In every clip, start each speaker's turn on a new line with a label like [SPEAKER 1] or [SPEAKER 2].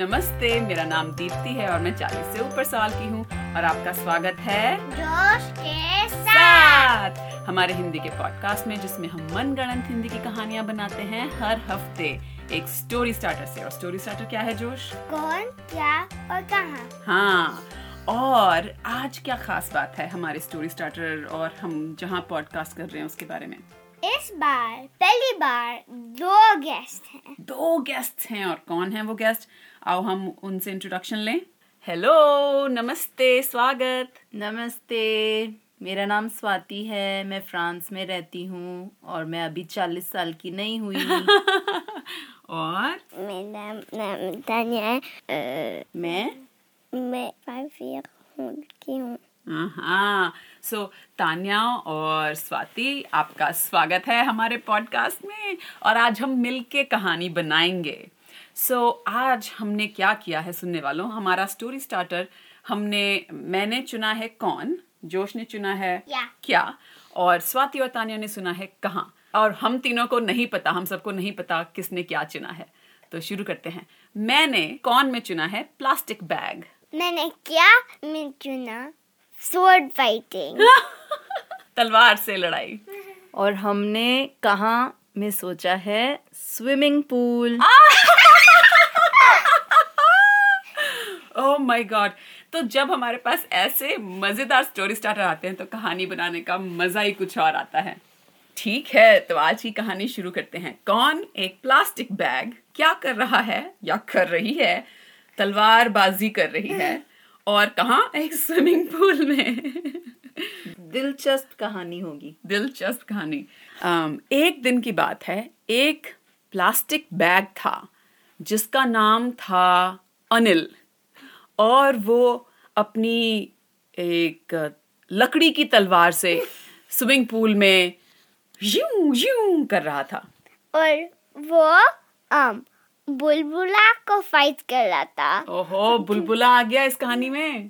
[SPEAKER 1] Friend मेरा नाम दीप्ति है और मैं 40 से ऊपर साल की हूँ और आपका स्वागत है
[SPEAKER 2] जोश के साथ
[SPEAKER 1] साथ हमारे हिंदी के पॉडकास्ट में जिसमें हम मनगढ़ंत हिंदी की कहानियां बनाते हैं हर हफ्ते एक स्टोरी स्टार्टर से और स्टोरी स्टार्टर क्या है जोश
[SPEAKER 2] कौन क्या और कहाँ
[SPEAKER 1] हाँ और आज क्या खास बात है हमारे स्टोरी स्टार्टर और हम जहाँ पॉडकास्ट कर रहे हैं उसके बारे में
[SPEAKER 2] इस बार पहली बार दो गेस्ट हैं
[SPEAKER 1] दो गेस्ट हैं और कौन है वो गेस्ट आओ हम उनसे इंट्रोडक्शन लें हेलो नमस्ते स्वागत
[SPEAKER 3] नमस्ते मेरा नाम स्वाति है मैं फ्रांस में रहती हूँ और मैं अभी चालीस साल की नहीं हुई
[SPEAKER 1] और
[SPEAKER 2] मेरा नाम तानिया है
[SPEAKER 3] मैं
[SPEAKER 2] मैं फाइव ईयर की हूँ
[SPEAKER 1] हाँ सो तान्या और स्वाति आपका स्वागत है हमारे पॉडकास्ट में और आज हम मिलके कहानी बनाएंगे सो so, आज हमने क्या किया है सुनने वालों हमारा स्टोरी स्टार्टर हमने मैंने चुना है कौन जोश ने चुना है
[SPEAKER 2] क्या।
[SPEAKER 1] क्या और स्वाति और तान्या ने सुना है कहाँ और हम तीनों को नहीं पता हम सबको नहीं पता किसने क्या चुना है तो शुरू करते हैं मैंने कौन में चुना है प्लास्टिक बैग
[SPEAKER 2] मैंने क्या मैं चुना स्वॉर्ड फाइटिंग
[SPEAKER 1] तलवार से लड़ाई
[SPEAKER 3] और हमने कहाँ में सोचा है swimming pool
[SPEAKER 1] oh my god Oh तो जब हमारे पास ऐसे मजेदार स्टोरी स्टार्टर आते हैं तो कहानी बनाने का मजा ही कुछ और आता है ठीक है तो आज की कहानी शुरू करते हैं कौन एक प्लास्टिक बैग क्या कर रहा है या कर रही है तलवारबाजी कर रही है और कहाँ एक स्विमिंग पूल में
[SPEAKER 3] दिलचस्प कहानी होगी
[SPEAKER 1] दिलचस्प कहानी अम, एक दिन की बात है एक प्लास्टिक बैग था जिसका नाम था अनिल और वो अपनी एक लकड़ी की तलवार से स्विमिंग पूल में यूं यूं कर रहा था
[SPEAKER 2] और वो um, बुलबुला को फाइट कर रहा था
[SPEAKER 1] ओहो बुलबुला आ गया इस कहानी में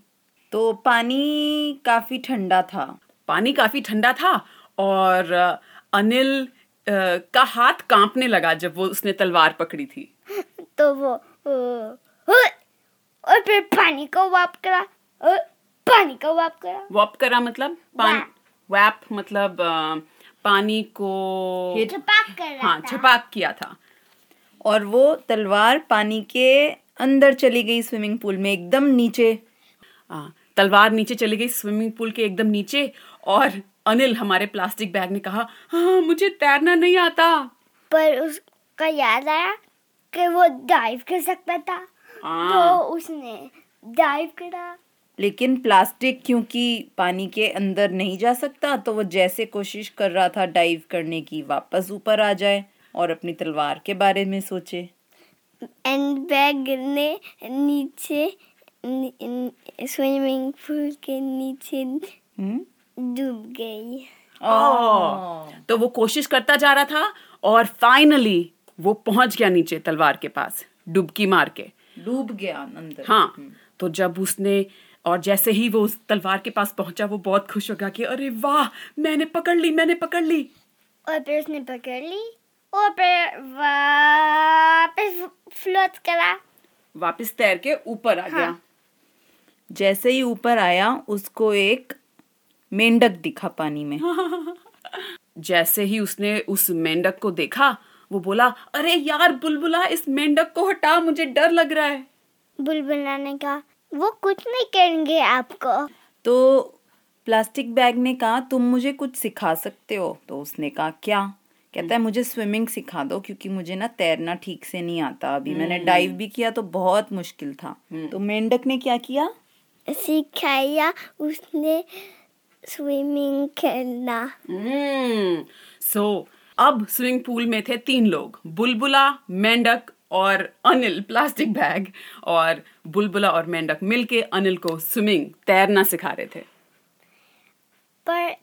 [SPEAKER 3] तो पानी काफी ठंडा था
[SPEAKER 1] पानी काफी ठंडा था और अ, अनिल अ, का हाथ कांपने लगा जब वो उसने तलवार पकड़ी थी
[SPEAKER 2] तो वो वो- हुई! और फिर पानी को वाप करा और पानी को वाप करा
[SPEAKER 1] वॉप करा मतलब पान वैप मतलब अ, पानी को
[SPEAKER 3] हिट
[SPEAKER 2] छपाक कर रहा
[SPEAKER 1] हाँ
[SPEAKER 2] था
[SPEAKER 1] छपाक किया था
[SPEAKER 3] और वो तलवार पानी के अंदर चली गई स्विमिंग पूल में एकदम नीचे
[SPEAKER 1] आ, तलवार नीचे चली गई स्विमिंग पूल के एकदम नीचे और अनिल हमारे प्लास्टिक बैग ने कहा हाँ मुझे तैरना नहीं आता
[SPEAKER 2] पर उसका याद आया कि वो डाइव कर सकता था
[SPEAKER 1] हाँ,
[SPEAKER 2] तो उसने डाइव करा
[SPEAKER 3] लेकिन प्लास्टिक क्योंकि पानी के अंदर नहीं जा सकता तो वो जैसे कोशिश कर रहा था डाइव करने की वापस ऊपर आ जाए और अपनी तलवार के बारे में सोचे
[SPEAKER 2] एंड बैग गिरने नीचे स्विमिंग पूल के नीचे
[SPEAKER 3] हम्म?
[SPEAKER 2] डूब गई
[SPEAKER 1] ओ, तो वो कोशिश करता जा रहा था और फाइनली वो पहुंच गया नीचे तलवार के पास डुबकी मार के
[SPEAKER 3] डूब गया अंदर
[SPEAKER 1] हाँ तो जब उसने और जैसे ही वो उस तलवार के पास पहुंचा वो बहुत खुश हो गया कि अरे वाह मैंने पकड़ ली मैंने पकड़ ली
[SPEAKER 2] और फिर उसने पकड़ ली और फिर वापस फ्लोट करा
[SPEAKER 1] वापस तैर के ऊपर आ गया
[SPEAKER 3] जैसे ही ऊपर आया उसको एक मेंढक दिखा पानी में
[SPEAKER 1] जैसे ही उसने उस मेंढक को देखा वो बोला अरे यार बुलबुला इस मेंढक को हटा मुझे डर लग रहा है
[SPEAKER 2] बुलबुला ने कहा वो कुछ नहीं करेंगे आपको
[SPEAKER 3] तो प्लास्टिक बैग ने कहा तुम मुझे कुछ सिखा सकते हो तो उसने कहा क्या कहता है मुझे स्विमिंग सिखा दो क्योंकि मुझे ना तैरना ठीक से नहीं आता अभी मैंने डाइव भी किया तो बहुत मुश्किल था तो मेंढक ने क्या किया
[SPEAKER 2] सिखाया उसने स्विमिंग खेलना
[SPEAKER 1] सो अब स्विमिंग पूल में थे तीन लोग बुलबुला मेंढक और अनिल प्लास्टिक बैग और बुलबुला और मेंढक मिलके अनिल को स्विमिंग तैरना सिखा रहे थे
[SPEAKER 2] पर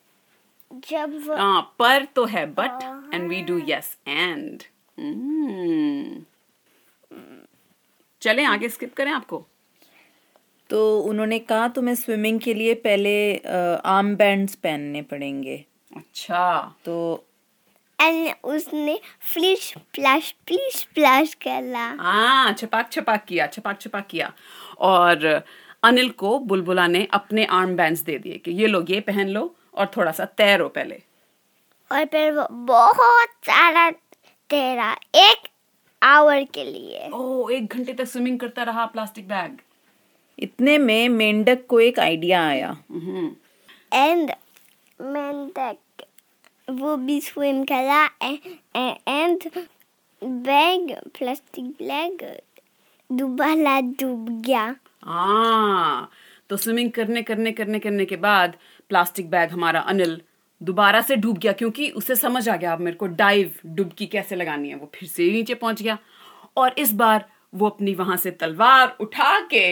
[SPEAKER 2] जब वो
[SPEAKER 1] हाँ पर तो है but and we do yes and hmm. चलें आगे स्किप करें आपको
[SPEAKER 3] तो उन्होंने कहा तुम्हें स्विमिंग के लिए पहले आर्म बैंड्स पहनने पड़ेंगे
[SPEAKER 1] अच्छा
[SPEAKER 3] तो
[SPEAKER 2] एंड उसने फ्लिश फ्लैश फ्लिश फ्लैश खेला
[SPEAKER 1] हाँ छपाक छपाक किया छपाक छपाक किया और अनिल को बुलबुला ने अपने आर्म बैंड्स दे दिए कि ये लो ये पहन लो और थोड़ा सा तैरो पहले
[SPEAKER 2] और फिर वो बहुत सारा तेरा एक आवर के लिए
[SPEAKER 1] ओह एक घंटे तक स्विमिंग करता रहा प्लास्टिक बैग
[SPEAKER 3] इतने में मेंढक को एक आइडिया आया
[SPEAKER 1] हम्म।
[SPEAKER 2] एंड मेंढक वो भी स्विम करा एंड बैग प्लास्टिक बैग दुबाला डूब गया
[SPEAKER 1] हाँ तो स्विमिंग करने करने करने करने के बाद प्लास्टिक बैग हमारा अनिल दोबारा से डूब गया क्योंकि उसे समझ आ गया अब मेरे को डाइव डुबकी कैसे लगानी है वो फिर से नीचे पहुंच गया और इस बार वो अपनी वहां से तलवार उठा के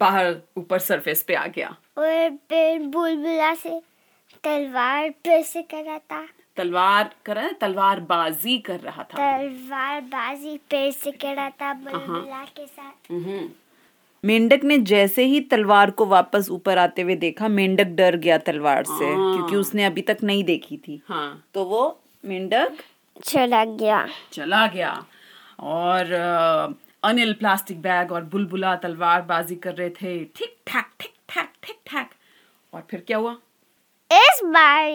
[SPEAKER 1] बाहर ऊपर सरफेस पे आ गया
[SPEAKER 2] और फिर बुलबुला से तलवार फिर से करा था
[SPEAKER 1] तलवार कर रहा है तलवार बाजी कर रहा था
[SPEAKER 2] तलवार बाजी फिर से करा था बुलबुला के साथ
[SPEAKER 3] मेंढक ने जैसे ही तलवार को वापस ऊपर आते हुए देखा मेंढक डर गया तलवार से क्योंकि उसने अभी तक नहीं देखी थी
[SPEAKER 1] हाँ
[SPEAKER 3] तो वो मेंढक
[SPEAKER 2] चला गया
[SPEAKER 1] चला गया और अ, अनिल प्लास्टिक बैग और बुलबुला तलवार बाजी कर रहे थे ठीक ठाक ठीक ठाक ठीक ठाक और फिर क्या हुआ
[SPEAKER 2] इस बार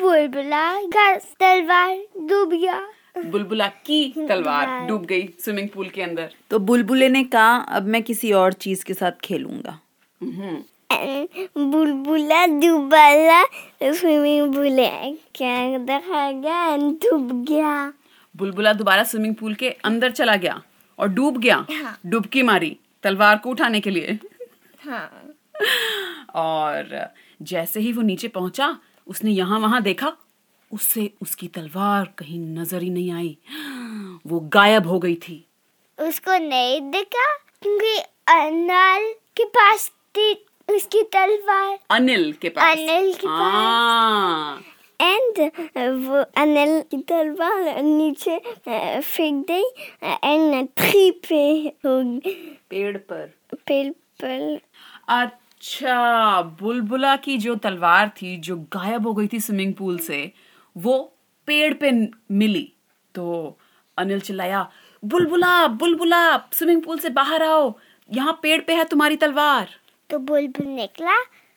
[SPEAKER 2] बुलबुला का तलवार डूब गया
[SPEAKER 1] बुलबुला की तलवार डूब गई स्विमिंग पूल के अंदर
[SPEAKER 3] तो बुलबुले ने कहा अब मैं किसी और चीज के साथ खेलूंगा
[SPEAKER 2] बुलबुला दुबाला स्विमिंग पूल के अंदर आ गया and डूब गया
[SPEAKER 1] बुलबुला दोबारा स्विमिंग पूल के अंदर चला गया और डूब गया
[SPEAKER 2] हाँ।
[SPEAKER 1] डुबकी मारी तलवार को उठाने के लिए
[SPEAKER 2] हाँ
[SPEAKER 1] और जैसे ही वो नीचे पहुंचा उसने यहाँ वहां देखा उससे उसकी तलवार कहीं नजर ही नहीं आई वो गायब हो गई थी
[SPEAKER 2] उसको नहीं दिखा क्योंकि अनल के पास थी उसकी तलवार
[SPEAKER 1] अनिल के पास
[SPEAKER 2] अनिल के पास।
[SPEAKER 1] Ah. हाँ
[SPEAKER 2] एंड वो अनिल की तलवार नीचे अ, फेंक दी एंड ट्री पे हो
[SPEAKER 3] पेड़ पर
[SPEAKER 2] पेड़ पर
[SPEAKER 1] अच्छा बुलबुला की जो तलवार थी जो गायब हो गई थी स्विमिंग पूल से वो पेड़ पे न- मिली तो अनिल चिल्लाया बुलबुला बुलबुला स्विमिंग पूल से बाहर आओ यहाँ पेड़ पे है तुम्हारी तलवार
[SPEAKER 2] तो बुलबुल निकला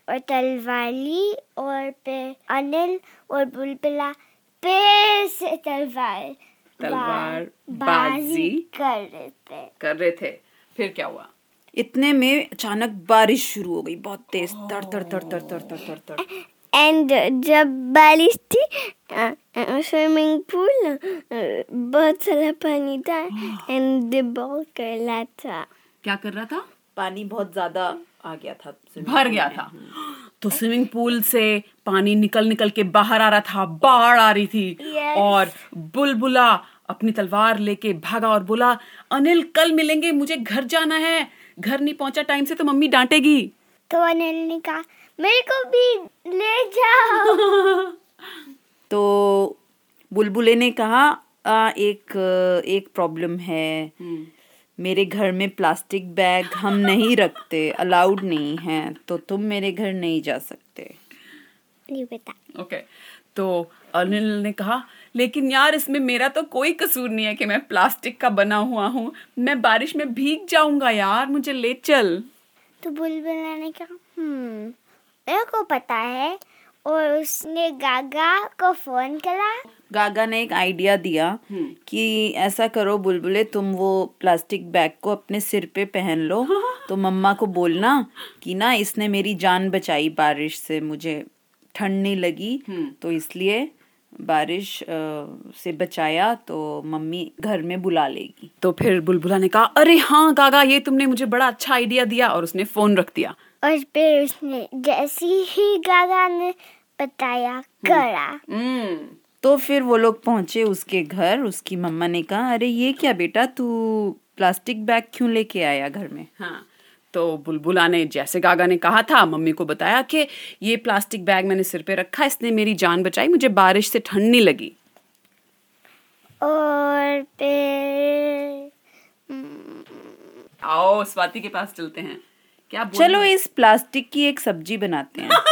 [SPEAKER 2] और तलवार ली और फिर अनिल और बुलबुला फिर से तलवार
[SPEAKER 1] तलवार
[SPEAKER 2] बा-
[SPEAKER 1] बाजी
[SPEAKER 2] कर रहे थे
[SPEAKER 1] कर रहे थे फिर क्या हुआ
[SPEAKER 3] इतने में अचानक बारिश शुरू हो गई बहुत तेज तर तर तर तर तर तर तर तर
[SPEAKER 2] एंड जब बारिश थी स्विमिंग पूल बहुत सारा पानी था एंड बॉल कर रहा था
[SPEAKER 1] क्या कर रहा था
[SPEAKER 3] पानी बहुत ज्यादा आ गया था swimming
[SPEAKER 1] भर
[SPEAKER 3] pool
[SPEAKER 1] गया
[SPEAKER 3] में।
[SPEAKER 1] था तो स्विमिंग पूल से पानी निकल निकल के बाहर आ रहा था बाढ़ आ रही थी
[SPEAKER 2] Yes.
[SPEAKER 1] और बुलबुला अपनी तलवार लेके भागा और बोला अनिल कल मिलेंगे मुझे घर जाना है घर नहीं पहुंचा टाइम से तो मम्मी डांटेगी
[SPEAKER 2] तो अनिल ने कहा मेरे को भी ले जाओ
[SPEAKER 3] तो बुलबुले ने कहा "आ, एक एक प्रॉब्लम है मेरे घर में प्लास्टिक बैग हम नहीं रखते अलाउड नहीं है तो तुम मेरे घर नहीं जा सकते
[SPEAKER 2] नहीं पता
[SPEAKER 1] ओके तो अनिल ने कहा लेकिन यार इसमें मेरा तो कोई कसूर नहीं है कि मैं प्लास्टिक का बना हुआ हूँ मैं बारिश में भीग जाऊंगा यार मुझे ले चल
[SPEAKER 2] तो बुलबुला ने कहा हम्म मेरे को पता है और उसने गागा को फोन करा
[SPEAKER 3] गागा ने एक आइडिया दिया कि ऐसा करो बुलबुले तुम वो प्लास्टिक बैग को अपने सिर पे पहन लो तो मम्मा को बोलना कि ना इसने मेरी जान बचाई बारिश से मुझे ठंड नहीं लगी तो इसलिए बारिश अ, से बचाया तो मम्मी घर में बुला लेगी
[SPEAKER 1] तो फिर बुलबुला ने कहा अरे हाँ गागा ये तुमने मुझे बड़ा अच्छा आइडिया दिया और उसने फोन रख दिया
[SPEAKER 2] और फिर उसने जैसे ही गागा ने बताया करा
[SPEAKER 3] तो फिर वो लोग पहुंचे उसके घर उसकी मम्मा ने कहा अरे ये क्या बेटा तू प्लास्टिक बैग क्यों लेके आया घर में
[SPEAKER 1] हाँ तो बुलबुला ने जैसे गागा ने कहा था मम्मी को बताया कि ये प्लास्टिक बैग मैंने सिर पे रखा इसने मेरी जान बचाई मुझे बारिश से ठंड नहीं लगी
[SPEAKER 2] और फिर हम्म,
[SPEAKER 1] आओ स्वाति के पास चलते हैं क्या
[SPEAKER 3] चलो इस प्लास्टिक की एक सब्जी बनाते हैं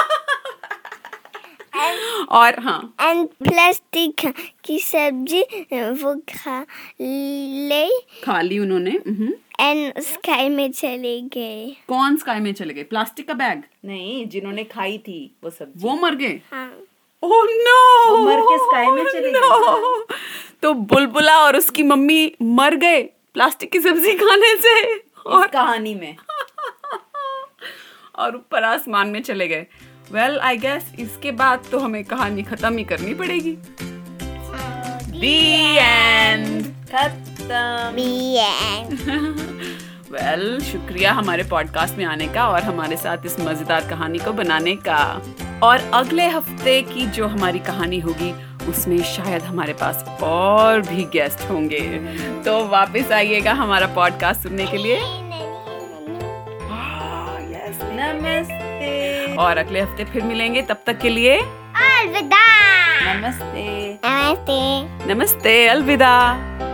[SPEAKER 1] और हाँ
[SPEAKER 2] एंड प्लास्टिक की सब्जी वो खा ले
[SPEAKER 1] खा ली उन्होंने मम्हम।
[SPEAKER 2] एंड स्काई में चले गए
[SPEAKER 1] हम्म। कौन स्काई में चले गए प्लास्टिक का बैग
[SPEAKER 3] नहीं जिन्होंने खाई थी वो सब्जी
[SPEAKER 1] वो मर गए
[SPEAKER 2] हाँ
[SPEAKER 1] ओह नो
[SPEAKER 3] वो मर के sky में चले गए।
[SPEAKER 1] तो बुलबुला और उसकी मम्मी मर गए प्लास्टिक की सब्जी खाने से और
[SPEAKER 3] इस कहानी में
[SPEAKER 1] और ऊपर आसमान में चले गए वेल आई गेस इसके बाद तो हमें कहानी खत्म ही करनी पड़ेगी दी एंड
[SPEAKER 3] खत्म
[SPEAKER 1] वेल शुक्रिया हमारे पॉडकास्ट में आने का और हमारे साथ इस मजेदार कहानी को बनाने का और अगले हफ्ते की जो हमारी कहानी होगी उसमें शायद हमारे पास और भी गेस्ट होंगे तो वापस आइएगा हमारा पॉडकास्ट सुनने के लिए
[SPEAKER 3] नमस्ते
[SPEAKER 1] और अगले हफ्ते फिर मिलेंगे तब तक के लिए
[SPEAKER 2] अलविदा
[SPEAKER 3] नमस्ते
[SPEAKER 2] नमस्ते
[SPEAKER 1] नमस्ते अलविदा